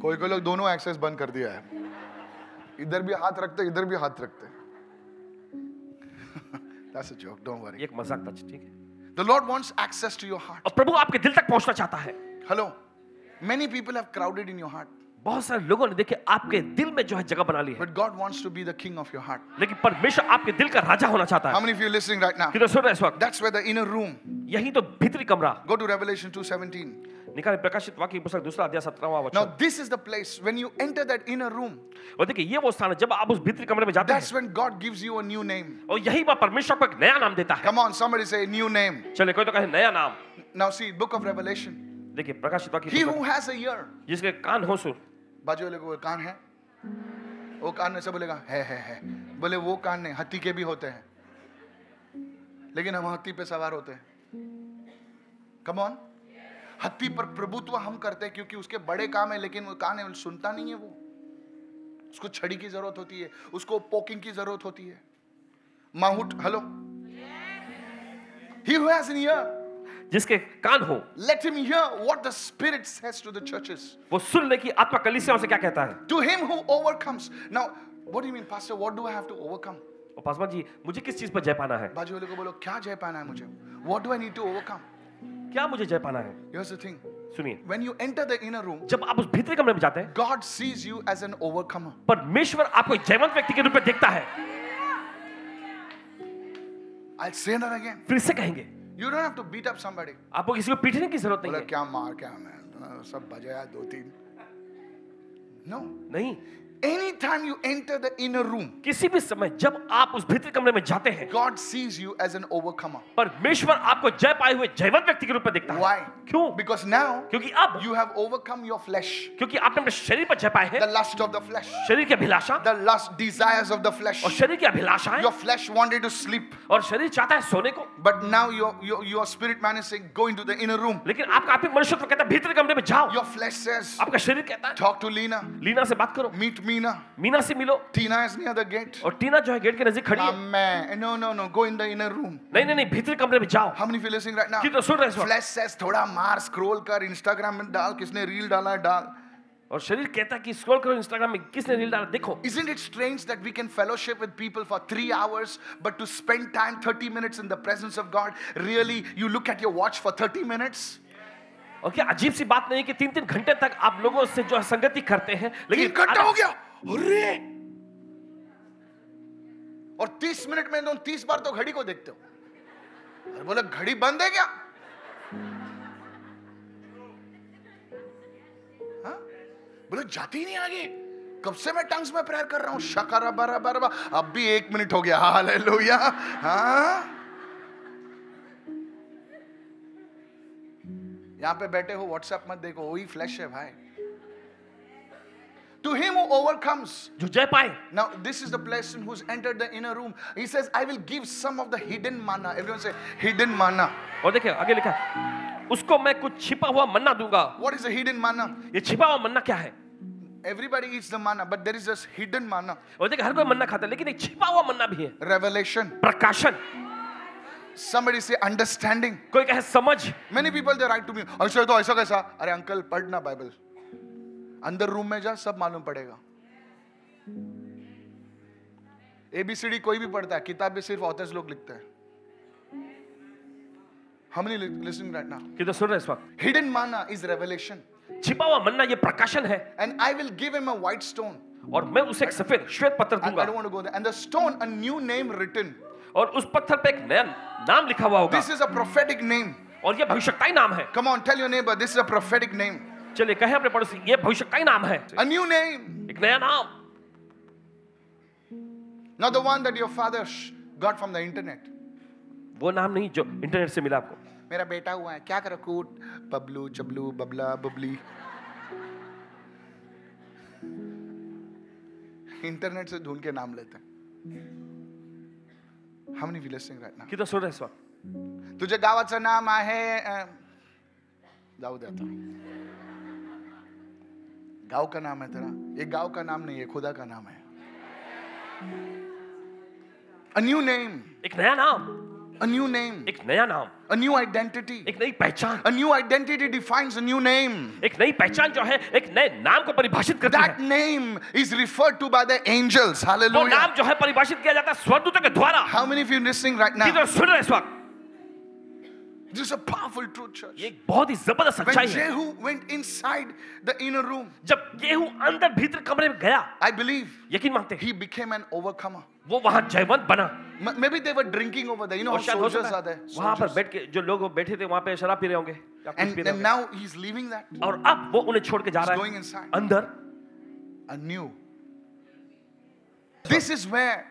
कोई कोई लोग दोनों एक्सेस बंद कर दिया है इधर भी हाथ रखते इधर भी हाथ रखते That's a joke, don't worry. ये एक मजाक था ठीक है The Lord wants access to your heart. और प्रभु आपके दिल तक पहुंचना चाहता है Hello. Many people have crowded in your heart, बहुत सारे लोगों ने देखे आपके दिल में जो है जगह बना ली है but God wants to be the king of your heart. लेकिन परमेश्वर आपके दिल का राजा होना चाहता How है many of you are listening right now? किधर सुन रहे हैं इस वक्त That's where the inner room यही तो भीतरी कमरा Go to Revelation 2:17. निकाले प्रकाशित वाक्य की पुस्तक दूसरा अध्याय सत्रहवा Now वचन this is the place when you enter that inner room. और देखिए ये वो स्थान है जब आप उस भीतरी कमरे में जाते That's हैं when God gives you a new name. और यही वह परमेश्वर को एक नया नाम देता है Come on, somebody say new name. चले कोई तो कहे नया नाम Now see, Book of Revelation. देखिए प्रकाशित वाक्य की He who पुस्तक, has a ear. जिसके कान हो सुन बाजू वाले को बोले, कान है वो कान में से बोलेगा है है है बोले वो कान नहीं हाथी के भी होते हैं लेकिन हम हाथी पे सवार होते हैं कम ऑन हाथी पर प्रभुत्व हम करते हैं क्योंकि उसके बड़े काम है लेकिन वो कान है सुनता नहीं है वो उसको छड़ी की जरूरत होती है उसको पोकिंग की जरूरत होती है माहुट hello He who has an ear, जिसके कान हो let him hear what the Spirit says to the churches. वो सुन ले कि आत्मा कलिसियाओं से क्या कहता है To him who overcomes. Now, what do you mean, Pastor? What do I have to overcome? और पासवान जी मुझे किस चीज पर जय पाना है बाजू वाले को बोलो क्या जय पाना है मुझे What do I need to overcome? क्या मुझे जय पाना है Here's the thing. सुनिए When you enter the inner room, जब आप उस भीतरी कमरे में जाते हैं God sees you as an overcomer. परमेश्वर आपको एक जयवंत व्यक्ति के रूप में देखता है I'll say that again. फिर से कहेंगे You don't have to beat up somebody. आपको किसी को पीटने की जरूरत नहीं बोला है क्या मार क्या मैं सब बजाया दो तीन. No. नहीं Anytime you enter the inner room, किसी भी समय जब आप उस भीतरी कमरे में जाते हैं God sees you as an overcomer. परमेश्वर आपको जय पाए हुए जयवंत व्यक्ति के रूप में देखता है Why? क्यों Because now क्योंकि अब you have overcome your flesh, क्योंकि आपने अपने शरीर पर जय पाए the हैं lust of the flesh, शरीर की अभिलाषा the lust desires of the flesh. और शरीर की अभिलाषाएं Your flesh wanted to sleep, और शरीर चाहता है सोने को but now your, your, your spirit man is saying, Go into the inner room. लेकिन आपका आत्मिक मनुष्यत्व कहता है भीतरी कमरे में जाओ Your flesh says, आपका शरीर कहता है Talk to Lena, लीना से बात करो meet Meena. मीना से मिलो Tina is near the gate. और टीना जो है गेट के नजदीक खड़ी है Amen. No, no, no, go in the inner room. नहीं नहीं नहीं भीतरी कमरे में जाओ How many of you listening right now? कितना सुन रहे हैं इस वक्त? Flesh says, थोड़ा मार scroll कर Instagram में डाल किसने रील डाला है डाल और शरीर कहता है कि स्क्रॉल करो इंस्टाग्राम में किसने रील डाला देखो Isn't it strange that we can fellowship with people for three hours, but to spend time 30 minutes in the presence of God, really, you look at your watch for 30 minutes? और क्या अजीब सी बात नहीं है कि तीन तीन घंटे तक आप लोगों से जो है संगति करते हैं तीन लेकिन घंटा हो आधा- गया अरे और तीस मिनट में तुम तीस बार तो घड़ी को देखते हो अरे बोले घड़ी बंद है क्या हाँ? बोले जाती ही नहीं आगे कब से मैं टंग्स में प्रेयर कर रहा हूं शकारा बरा बरा अब भी एक मिनट हो गया हालेलुया हाँ यहाँ पे बैठे हो व्हाट्सएप मत देखो वही फ्लैश है भाई To him who overcomes. जो जय पाए Now, this is the person who's entered the inner room. He says, I will give some of the hidden manna. Everyone say, hidden manna. और देखिए आगे लिखा है, उसको मैं कुछ छिपा हुआ मन्ना दूंगा What is the hidden manna? ये छिपा हुआ मन्ना क्या है Everybody eats the manna, but there is this hidden manna, और देखिए हर कोई मन्ना खाता है लेकिन एक छिपा हुआ मन्ना भी है revelation. प्रकाशन Somebody say, understanding. कोई कहे समझ Many people they write to me, ऐसा है तो ऐसा कैसा अरे अंकल पढ़ना बाइबल अंदर रूम में जा सब मालूम पड़ेगा एबीसीडी कोई भी पढ़ता है किताब में सिर्फ ऑथर्स लोग लिखते हैं हम नहीं लिसनिंग राइट नाउ कि तो सुन रहे हैं इस वक्त हिडन माना इज रेवलेशन छिपा हुआ मन्ना ये प्रकाशन है and I will give him a white stone और मैं उसे एक सफेद श्वेत पत्थर आई दूंगा don't want to go there and the stone a new name written और उस पत्थर पे एक नया नाम लिखा हुआ होगा this is a prophetic name और ये भविष्यकाई नाम है come on tell your neighbour this is a prophetic name चलिए कहे अपने पड़ोसी ये भविष्यकाई नाम है अ न्यू नेम एक नया नाम Not the one that your father sh- got from the internet. वो नाम नहीं जो इंटरनेट से मिला आपको मेरा बेटा हुआ है क्या करो कूट बबलू चबलू बबला बबली इंटरनेट से ढूंढ के नाम लेते हैं हम नहीं लिसनिंग राइट कि तो सुन रहे हैं इस वक्त ना तुझे गावाचं नाम आहे अं, जाऊ दे आता गाव का नाम है तेरा ये गाव का नाम नहीं है खुदा का नाम है अ न्यू नेम एक नया नाम अ न्यू नेम एक नया नाम A new identity. एक नई पहचान A new identity defines a new name. एक नई पहचान जो है एक नए नाम को परिभाषित करती That है name is referred to by the angels. वो नाम Hallelujah. जो है परिभाषित किया जाता है स्वर्गदूतों के द्वारा How many of you listening right कि now? तो सुन रहे हैं इस वक्त This is a powerful truth, church. ये एक बहुत ही जबरदस्त When सच्चाई है Jehu went inside the inner room, जब गेहूं अंदर भीतर कमरे में गया I believe यकीन मानते हैं he became an overcomer. वो वहां जयवंत बना M- maybe they were drinking over there. You know और how शायद हो Oh, soldiers सकता are है there. वहां पर Soldiers. बैठ के जो लोग बैठे थे वहां पे शराब पी रहे होंगे या कुछ And, पी रहे and होंगे now he's leaving that. और अब वो उन्हें छोड़ के जा He's रहा going है inside. अंदर Anew. This is where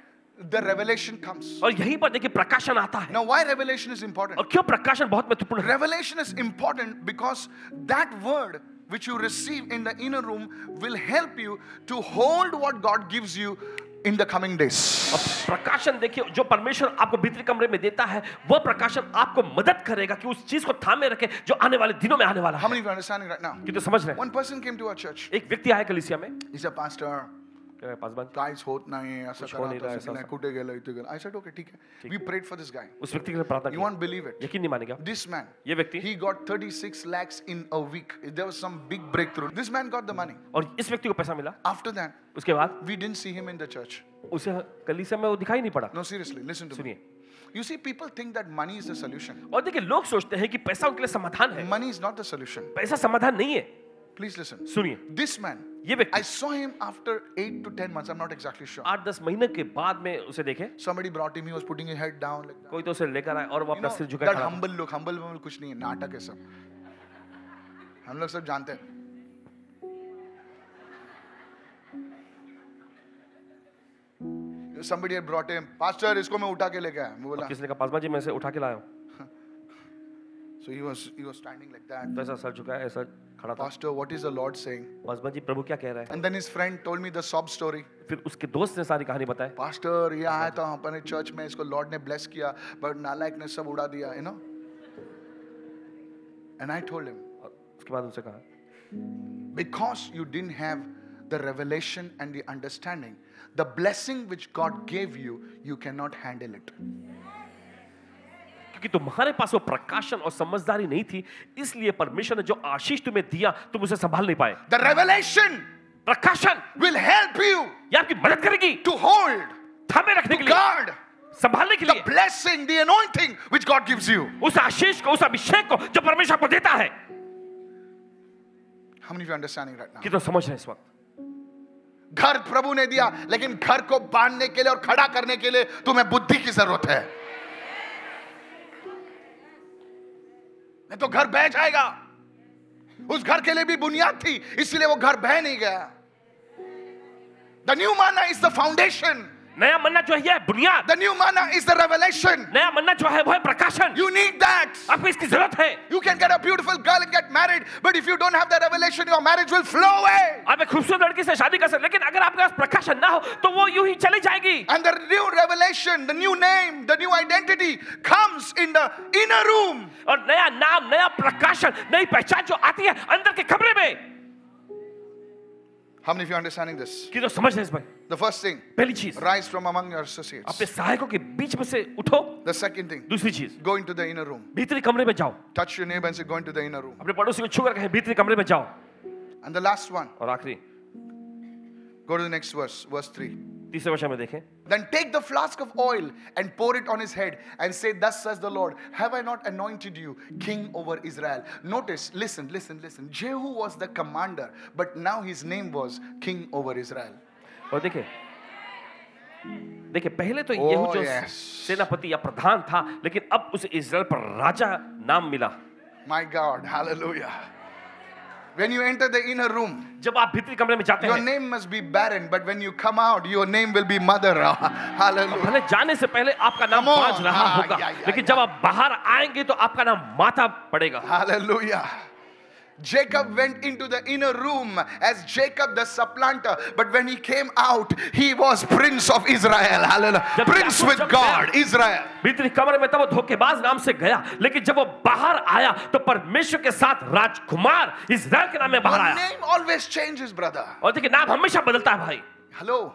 the revelation comes. और यहीं पर देखिए प्रकाशन आता है Now, why revelation is important? और क्यों प्रकाशन बहुत महत्वपूर्ण है Revelation is important because that word which you receive in the inner room will help you to hold what God gives you in the coming days. और प्रकाशन देखिए जो परमेश्वर आपको भीतरी कमरे में देता है वह प्रकाशन आपको मदद करेगा कि उस चीज को थामे रखे जो आने वाले दिनों में आने वाला How है many of you are understanding right now? कि तो समझ रहे हैं One person came to our church. एक व्यक्ति आया कलिसिया में He said, Pastor, कह रहा है, पासवान guys होत नाही असं कुछ हो करा नाही रहा, तसं ऐसा- केलं कुठे गेलं इथे गेलं. I said, okay, ठीक आहे. We prayed for this guy. उस व्यक्ति के लिए प्रार्थना You की won't believe it. यकीन नहीं मानेगा This man, ये व्यक्ति he got 36 lakhs in a week. There was some big breakthrough. This man got the money. और इस व्यक्ति को पैसा मिला After that, उसके बाद we didn't see him in the church. उसे कलिसिया में वो दिखाई नहीं पड़ा No, seriously, listen to me. सुनिए You see, people think that money is the solution. और देखिए लोग सोचते हैं कि पैसा उनके लिए समाधान है Money is not the solution. पैसा समाधान नहीं है Please listen. सुनिए This man, ये I व्यक्ति saw him after 8 to 10 months. I'm not exactly sure. आठ दस महीने के बाद में उसे देखे Somebody brought him, he was putting his head down like that. कोई तो उसे लेकर आया और वो You अपना know, सिर झुका that खड़ा humble look, humble में कुछ नहीं है, नाटक है सब. हम लोग सब जानते हैं. Somebody had brought him, Pastor, इसको मैं उठा के लेके आया. मैं था। बोला, किसने कहा पासवान जी मैं इसे उठा के लाया हूँ so he was he was standing like that. तो ऐसा सर झुकाया ऐसा खड़ा था Pastor, what is the Lord saying? Paswan ji प्रभु क्या कह रहे And then his friend told me the sob story. हैं फिर उसके दोस्त ने सारी कहानी बताई पास्टर ये आया था अपने चर्च में इसको लॉर्ड तो ने ब्लेस किया बट नालायक ने सब उड़ा दिया you know and I told him और उसके बाद उनसे कहा because you didn't have the revelation and the understanding the blessing which God give you you can not handle it क्योंकि तुम्हारे पास वो प्रकाशन और समझदारी नहीं थी इसलिए परमेश्वर ने जो आशीष तुम्हें दिया तुम उसे संभाल नहीं पाए द रेवलेशन प्रकाशन विल हेल्प यू ये आपकी मदद करेगी टू होल्ड थामे रखने के लिए गॉड संभालने के द लिए blessing the anointing which God gives you उस आशीष को उस अभिषेक को जो परमेश्वर आपको देता है how many you understanding right कि तो समझ रहे हैं इस वक्त घर प्रभु ने दिया लेकिन घर को बांधने के लिए और खड़ा करने के लिए तुम्हें बुद्धि की जरूरत है नहीं तो घर बह जाएगा उस घर के लिए भी बुनियाद थी इसलिए वो घर बह नहीं गया the new manna is the foundation नया मन्ना जो है ये बुनियाद The new manna is the revelation. नया मन्ना जो है वो है प्रकाशन You need that. आपको इसकी जरूरत है You can get a beautiful girl and get married, but if you don't have the revelation, your marriage will flow away. आप एक खूबसूरत लड़की से शादी कर सकते लेकिन अगर आपके पास प्रकाशन ना हो तो वो यूं ही चली जाएगी And the new revelation, the new name, the new identity comes in the inner room. और नया नाम नया प्रकाशन नई पहचान जो आती है अंदर के कमरे में How many of you are understanding this? कि जो समझ रहे हैं इस भाई The first thing, पहली चीज rise from among your associates. अपने सहायकों के बीच में से उठो The second thing, दूसरी चीज go into the inner room. भीतरी कमरे में जाओ Touch your neighbor and say, go into the inner room. अपने पड़ोसी को छू कर कहे भीतरी कमरे में जाओ And the last one, और आखिरी go to the next verse, verse 3. तीसरे वर्ष में देखें Then take the flask of oil and pour it on his head and say, Thus says the Lord, have I not anointed you king over Israel? Notice, listen, listen, listen. Jehu was the commander, but now his name was king over Israel. और देखिए देखिए पहले तो Oh, Yahoo जो yes. सेनापति या प्रधान था लेकिन अब उसे इज़राइल पर राजा नाम मिला My God, hallelujah. When you enter the inner room, जब आप भीतरी कमरे में जाते your हैं name must be barren, but when you come out, your name will be mother. Hallelujah. भले जाने से पहले आपका नाम Come on. बाज रहा हाँ, होगा या, या, लेकिन या। जब आप बाहर आएंगे तो आपका नाम माता पड़ेगा Hallelujah. Jacob went into the inner room as Jacob the supplanter, but when he came out, he was Prince of Israel. Hallelujah. जब Prince याकूब with जब God, गया- Israel. भीतरी कमरे में तब वो धोखेबाज नाम से गया लेकिन जब वो बाहर आया तो परमेश्वर के साथ राजकुमार इज़राइल के नाम में बाहर Your आया name always changes, brother. और देखिए नाम हमेशा बदलता है भाई Hello.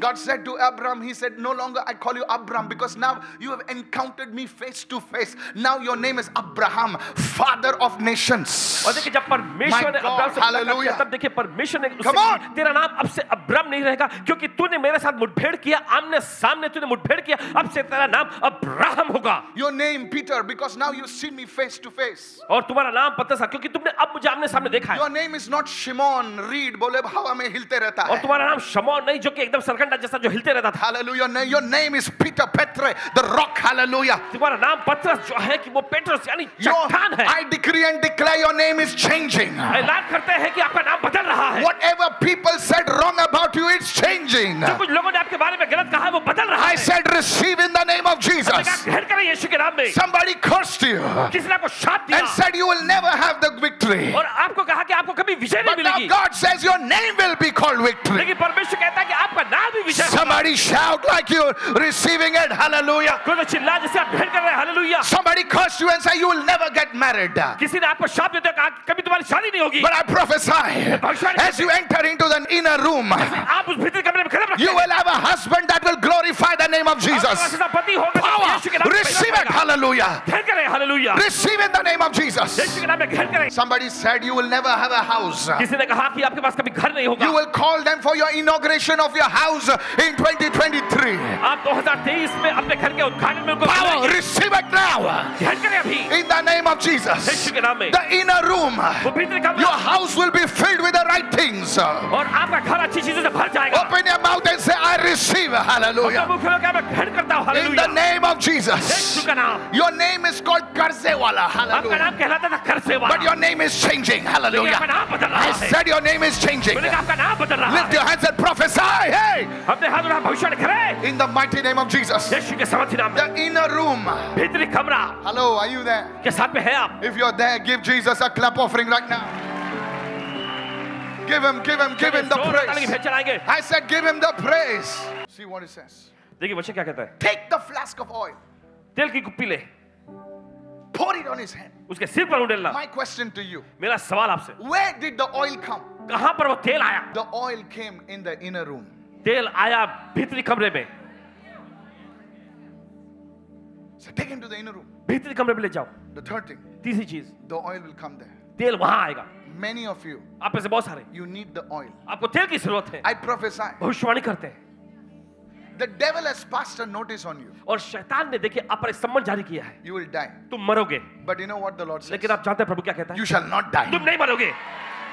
God said to Abram, He said, No longer I call you Abram because now you have encountered me face to face. Now your name is Abraham, father of nations. और देखिए जब परमेश्वर My God, ने Abraham से मुलाकात किया hallelujah. तब देखिए परमेश्वर ने उससे Come on. कहा, तेरा नाम अब से अब्राहम नहीं रहेगा क्योंकि तूने मेरे साथ मुठभेड़ किया आमने सामने तूने मुठभेड़ किया अब से तेरा नाम अब्राहम होगा Your name, Peter, because now you see me face to face. और तुम्हारा नाम पतरसा क्योंकि तुमने अब मुझे आमने सामने देखा है Your name is not Shimon Reed, बोले हवा में हिलते रहता और है. तुम्हारा नाम शमौन नहीं जो कि एकदम सरकंडा जैसा जो हिलते रहता था Hallelujah. Na- Your name is Peter Petre, the rock. Hallelujah. तुम्हारा नाम पतरस जो है कि वो पेट्रोस यानी Your- चट्टान है I decree and declare your name is changing. ऐलान करते हैं कि आपका नाम बदल रहा है Whatever people said wrong about you, it's changing. जो कुछ लोगों ने आपके बारे में गलत कहा है वो बदल रहा I है तो said, receive in the name of Jesus. ग्रहण करें यीशु के नाम में Somebody cursed you and किसी ने आपको शाप दिया said you will never have the victory. और आपको कहा कि आपको कभी विजय नहीं But now मिलेगी God says your name will be called victory. लेकिन परमेश्वर कहता है कि आपका नाम भी विजय होगा। Somebody shout like you're receiving it. Hallelujah. कोई तो चिल्ला जैसे आप भेंट कर रहे हैं hallelujah Somebody cursed you and say you will never get married. किसी ने आपको शाप देते हुए कहा कि कभी तुम्हारी शादी नहीं होगी But I prophesy as you enter into the inner room, आप उस भीतर कमरे में खड़े रखते you will have a husband that will glorify the name of Jesus. पति होगा जो Power, यीशु के नाम में पैदा receive it. होगा। Hallelujah. भेंट करें hallelujah Receive in the name of Jesus. यीशु के नाम में भेंट करें Somebody said you will never have a house. किसी ने कहा कि आपके पास कभी घर नहीं You होगा will call them for your inauguration of your house in 2023. आप 2023 में अपने घर के उद्घाटन में उनको Power, बुलाएंगे। receive it now. ध्यान करें अभी In the name of Jesus. यीशु के नाम में The inner room. वो भीतर Your कमरा house will be filled with the right things. और आपका घर अच्छी चीजों से भर जाएगा तो Open your mouth and say, I receive. Hallelujah. मुख्य लोग मैं भेंट करता हूँ In the hallelujah name of Jesus. यीशु का नाम Your name is called Karsewala. आपका Hallelujah. नाम कहलाता था घर सेवा But your name is changing. आपका Hallelujah. नाम बदल रहा I है said your name is changing. मैंने कहा आपका नाम बदल रहा Lift है your hands and prophesy. Hey, अपने हाथ उठा भविष्य खड़े in the mighty name of Jesus. यीशु के समर्थी नाम में The inner room. भीतरी कमरा Hello, are you there? के साथ में है आप If you're there, give Jesus a clap offering right now. Give him, give him, give him the जोर लगाने की praise. भेंट चलाएंगे I said, give him the praise. See what it says. देखिए बच्चे क्या कहता है Take the flask of oil, तेल की कुप्पी ले pour it on his head. उसके सिर पर उंडेलना My question to you मेरा सवाल आपसे Where did the oil come? कहां पर वो तेल आया The oil came in the inner room. तेल आया भीतरी कमरे में So take him to the inner room. भीतरी कमरे में ले जाओ The third thing, तीसरी चीज the oil will come there. तेल वहां आएगा Many of you, आप में से बहुत सारे you need the oil. आपको तेल की जरूरत है I prophesy. भविष्यवाणी करते हैं The devil has passed a notice on you. और शैतान ने देखिए आप पर एक सम्मान जारी किया है You will die. तुम मरोगे But you know what the Lord says? लेकिन आप जानते हैं प्रभु क्या कहता है You shall not die. तुम नहीं मरोगे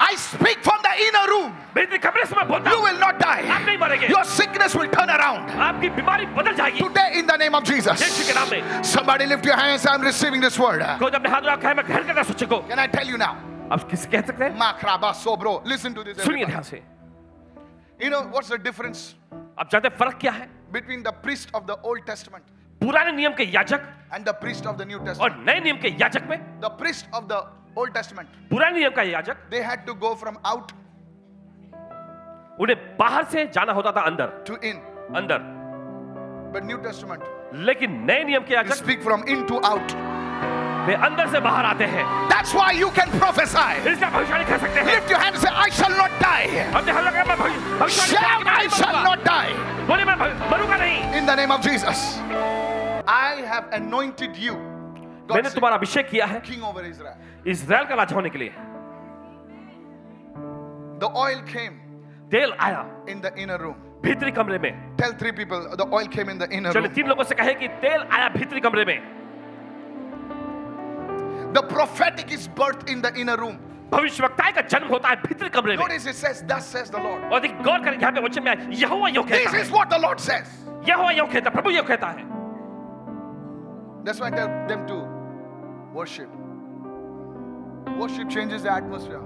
I speak from the inner room. भीतरी कमरे से मैं बोलता You हूं will not आप die. नहीं मरेंगे Your sickness will turn around. आपकी बीमारी बदल जाएगी Today, in the name of Yeshu Jesus. के नाम में Somebody lift your hands. I'm receiving this word. खुद अपने हाथ रखा है मैं घर करना सोचे को Can I tell you now? आप किसी कह सकते हैं Makraba sobro. Listen to this. सुनिए everybody. ध्यान से You know what's the difference आप जानते हैं फर्क क्या है between the priest of the Old Testament पुराने नियम के याजक and the priest of the New Testament. और नए नियम के याजक में The priest of the Old Testament, पुराने नियम का याजक they had to go from out उन्हें बाहर से जाना होता था अंदर to in. अंदर But New Testament, लेकिन नए नियम के you याजक speak from in to out. वे अंदर से बाहर आते हैं That's why you can prophesy. इसका भविष्यवाणी कर सकते हैं Lift your hand and say, I shall not die. हमने हल्ला कहा, मैं भविष्य- भविष्यवाणी Shout, I करने के बाद नहीं shall मरूंगा। not die. बोले मैं भव- मरूंगा नहीं In the name of Jesus. I have anointed you. God मैंने said, तुम्हारा अभिषेक किया है king over Israel. इसराइल का राजा होने के लिए The oil came तेल आया in the inner room. भीतरी कमरे में Tell three people the oil came in the inner चलो room. तीन लोगों से कहे कि तेल आया भीतरी कमरे में The prophetic is birthed in the inner room. भविष्यवक्ताएं का जन्म होता है भीतरी कमरे में Notice it says, Thus says the Lord. और देखिए, गौर करें यहाँ पे वचन में आया, यहोवा यो This कहता है is what the Lord says. यहोवा यो कहता है, प्रभु यो कहता है That's why I tell them to worship. Worship changes the atmosphere.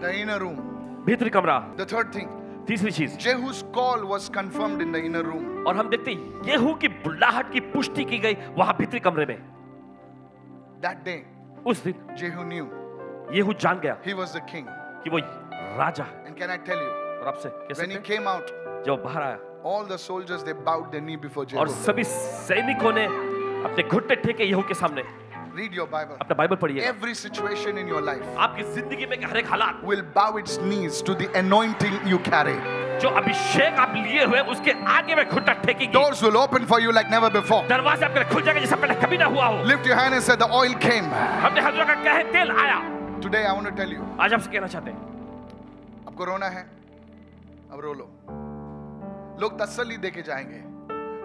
The inner room. भीतरी कमरा The third thing, तीसरी चीज Jehu's call was confirmed in the inner room. और हम देखते हैं, येहू की बुल्लाहट की पुष्टि की गई वहां भीतरी कमरे में That day, उस दिन Jehu knew येहू जान गया he was the king. कि वो राजा है And can I tell you, और आपसे कह when he सकते came out, हैं, जब वो बाहर आया all the soldiers they bowed their knee before और Jehu. सभी सैनिकों ने अपने घुटने टेके येहू के सामने Read your Bible. अपना बाइबल पढ़िए Every situation in your life आपकी जिंदगी में हर एक हालात will bow its knees to the anointing you carry. जो अभिषेक आप लिए हुए उसके आगे में घुटना टेकेगी Doors will open for you like never before. दरवाजे आपके लिए खुल जाएगा जैसा पहले कभी ना हुआ हो Lift your hand and say, The oil came. हमने हर जगह कहा है तेल आया Today, I want to tell you, आज आपसे कहना चाहते हैं आपको रोना है अब रो लो लोग तसल्ली देके जाएंगे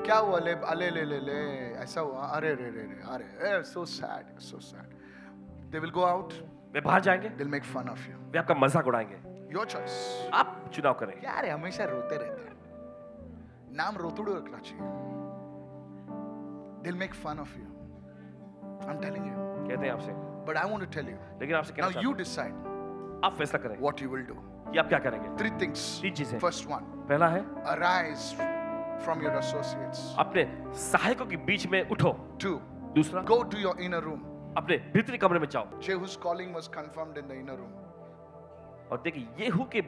क्या हुआ ले अले ले ले ले ऐसा हुआ अरे रे रे रे अरे so sad so sad they will go out वे बाहर जाएंगे they make fun of you वे आपका मजाक उड़ाएंगे योर चॉइस आप चुनाव करेंगे क्या रे हमेशा रोते रहते हैं नाम रोतुड़ू रखना चाहिए दिल make fun of you I am telling you कहते हैं आपसे but I want to tell you लेकिन आपसे कहना नाउ यू चाहते डिसाइड हैं, आप फैसला करेंगे व्हाट यू विल डू कि आप क्या करेंगे three things. तीन चीजें First one, पहला है arise from your associates. अपने सहायकों के बीच में उठो Two, दूसरा go to your inner room. अपने भीतरी कमरे में जाओ Jehu's calling was confirmed in the inner room. और देखिए येहू के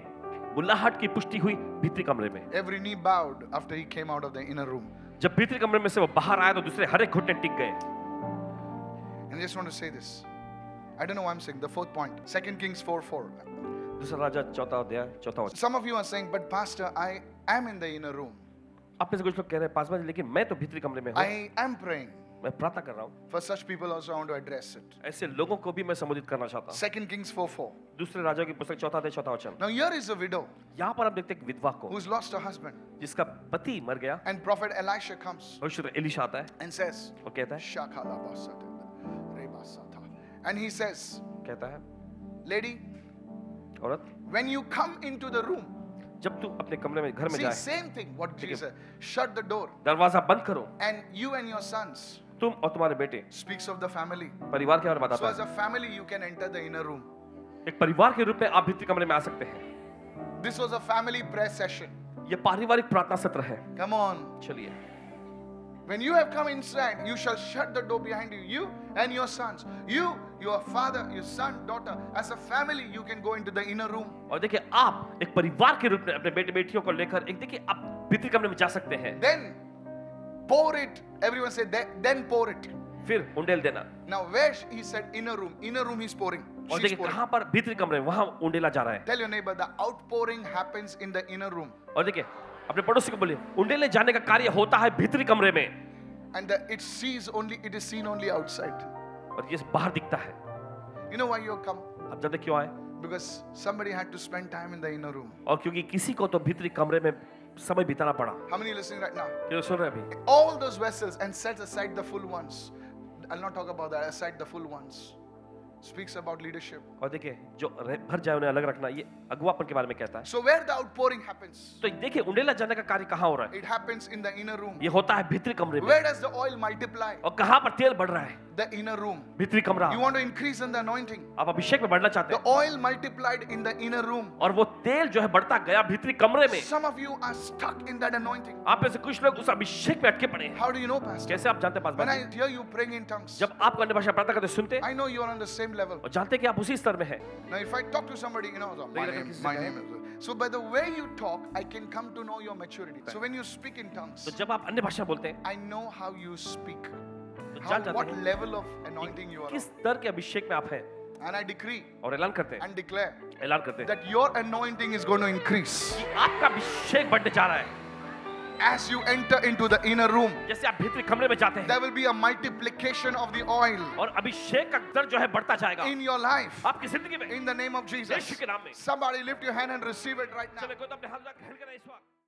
बुल्लाहट की पुष्टि हुई भीतरी कमरे में Every knee bowed after he came out of the inner room. जब भीतरी कमरे में से वो बाहर आया तो दूसरे हरे घुटने टिक गए And I just want to say this. I don't know why I'm saying the fourth point. Second Kings 4 4. दूसरा राजा चौथा अध्याय चौथा वचन Some of you are saying, but Pastor, I am in the inner room. आप में से कुछ लोग कह रहे हैं पांचवा जी, लेकिन मैं तो भीतरी कमरे में हूँ I am praying. मैं प्रार्थना कर रहा हूँ For such people also I want to address it. ऐसे लोगों को भी मैं संबोधित करना चाहता हूँ Second Kings 4 4. दूसरे राजा की पुस्तक चौथा अध्याय चौथा वचन Now here is a widow यहाँ पर आप देखते हैं एक विधवा को who's lost her husband. जिसका पति मर गया And Prophet Elisha comes भविष्य एलिशा आता है and says, और कहता है Shakalabasata, Rebasata. And he says, कहता है Lady, औरत when you come into the room, जब तू अपने कमरे में घर में see, जाए same thing what Jesus shut the door, दरवाजा बंद करो and you and your sons तुम और तुम्हारे बेटे speaks of the family. परिवार के बारे में So, बताता as a family, you can enter the inner room. है एक परिवार के रूप में आप भीतरी कमरे में आ सकते हैं This was a family prayer session. ये पारिवारिक प्रार्थना सत्र है Come on. चलिए When you have come inside, you shall shut the door behind you, you and your sons. You, your father, your son, daughter, as a family, you can go into the inner room. और देखिए आप एक परिवार के रूप में अपने बेटे बेटियों को लेकर एक देखिए आप भीतरी कमरे में जा सकते हैं Then pour it. Everyone say, "Then- then pour it. फिर उंडेल देना Now, where sh- he said inner room, inner room he's pouring. और She's देखिए pouring. कहाँ पर भीतरी कमरे में वहां उंडेला जा रहा है Tell your neighbor the outpouring happens in the inner room और देखिए अपने पड़ोसी को बोलिए उंडेले जाने का कार्य होता है भीतरी कमरे में and the, it sees only, it is seen only outside. और ये बाहर दिखता है You know why you have come? आप जानते क्यों आए Because somebody had to spend time in the inner room. और क्योंकि किसी को तो भीतरी कमरे में समय बिताना पड़ा How many are listening right now? ये लोग सुन रहे हैं अभी All those vessels and set aside the full ones. I'll not talk about that, aside the full ones. speaks about leadership. और देखिए जो रह- भर जाए उन्हें अलग रखना ये अगुवापन के बारे में कहता है So, where the outpouring happens, तो देखिए उंडेला जाने का कार्य कहाँ हो रहा है it happens in the inner room. ये होता है भीतरी कमरे में Where does the oil multiply? और कहाँ पर तेल बढ़ रहा है The inner room. भीतरी कमरा You want to increase in the anointing. आप अभिषेक में बढ़ना चाहते The हैं oil multiplied in the inner room. और वो तेल जो है बढ़ता गया भीतरी कमरे में Some of you are stuck in that anointing. आप में से कुछ लोग उस अभिषेक में अटके पड़े हैं How do you know, Pastor? कैसे आप जानते हैं, When Paswan ji? I hear you praying in tongues, जब आप अन्य भाषा प्रार्थना करते सुनते I know you're on the same level. और जानते कि आप उसी स्तर में हैं Now, if I talk to somebody, you know, so my Like- name, my name is. So, by the way you talk, I can come to know your maturity. So, when you speak in tongues, तो जब आप अन्य भाषा बोलते हैं I know how you speak, तो how, जान जाते what हैं level of anointing you are किस on. स्तर के अभिषेक में आप हैं And I decree और ऐलान करते हैं and declare ऐलान करते हैं that your anointing is going to increase कि आपका अभिषेक बढ़ने जा रहा है as you enter into the inner room. जैसे आप भीतरी कमरे में जाते हैं There will be a multiplication of the oil और अभिषेक का दर जो है बढ़ता जाएगा in your life. आपकी जिंदगी में In the name of Jesus. यीशु के नाम में। Somebody lift your hand and receive it right now. चले कोई तो अपने हाथ में ग्रहण करें इस वक्त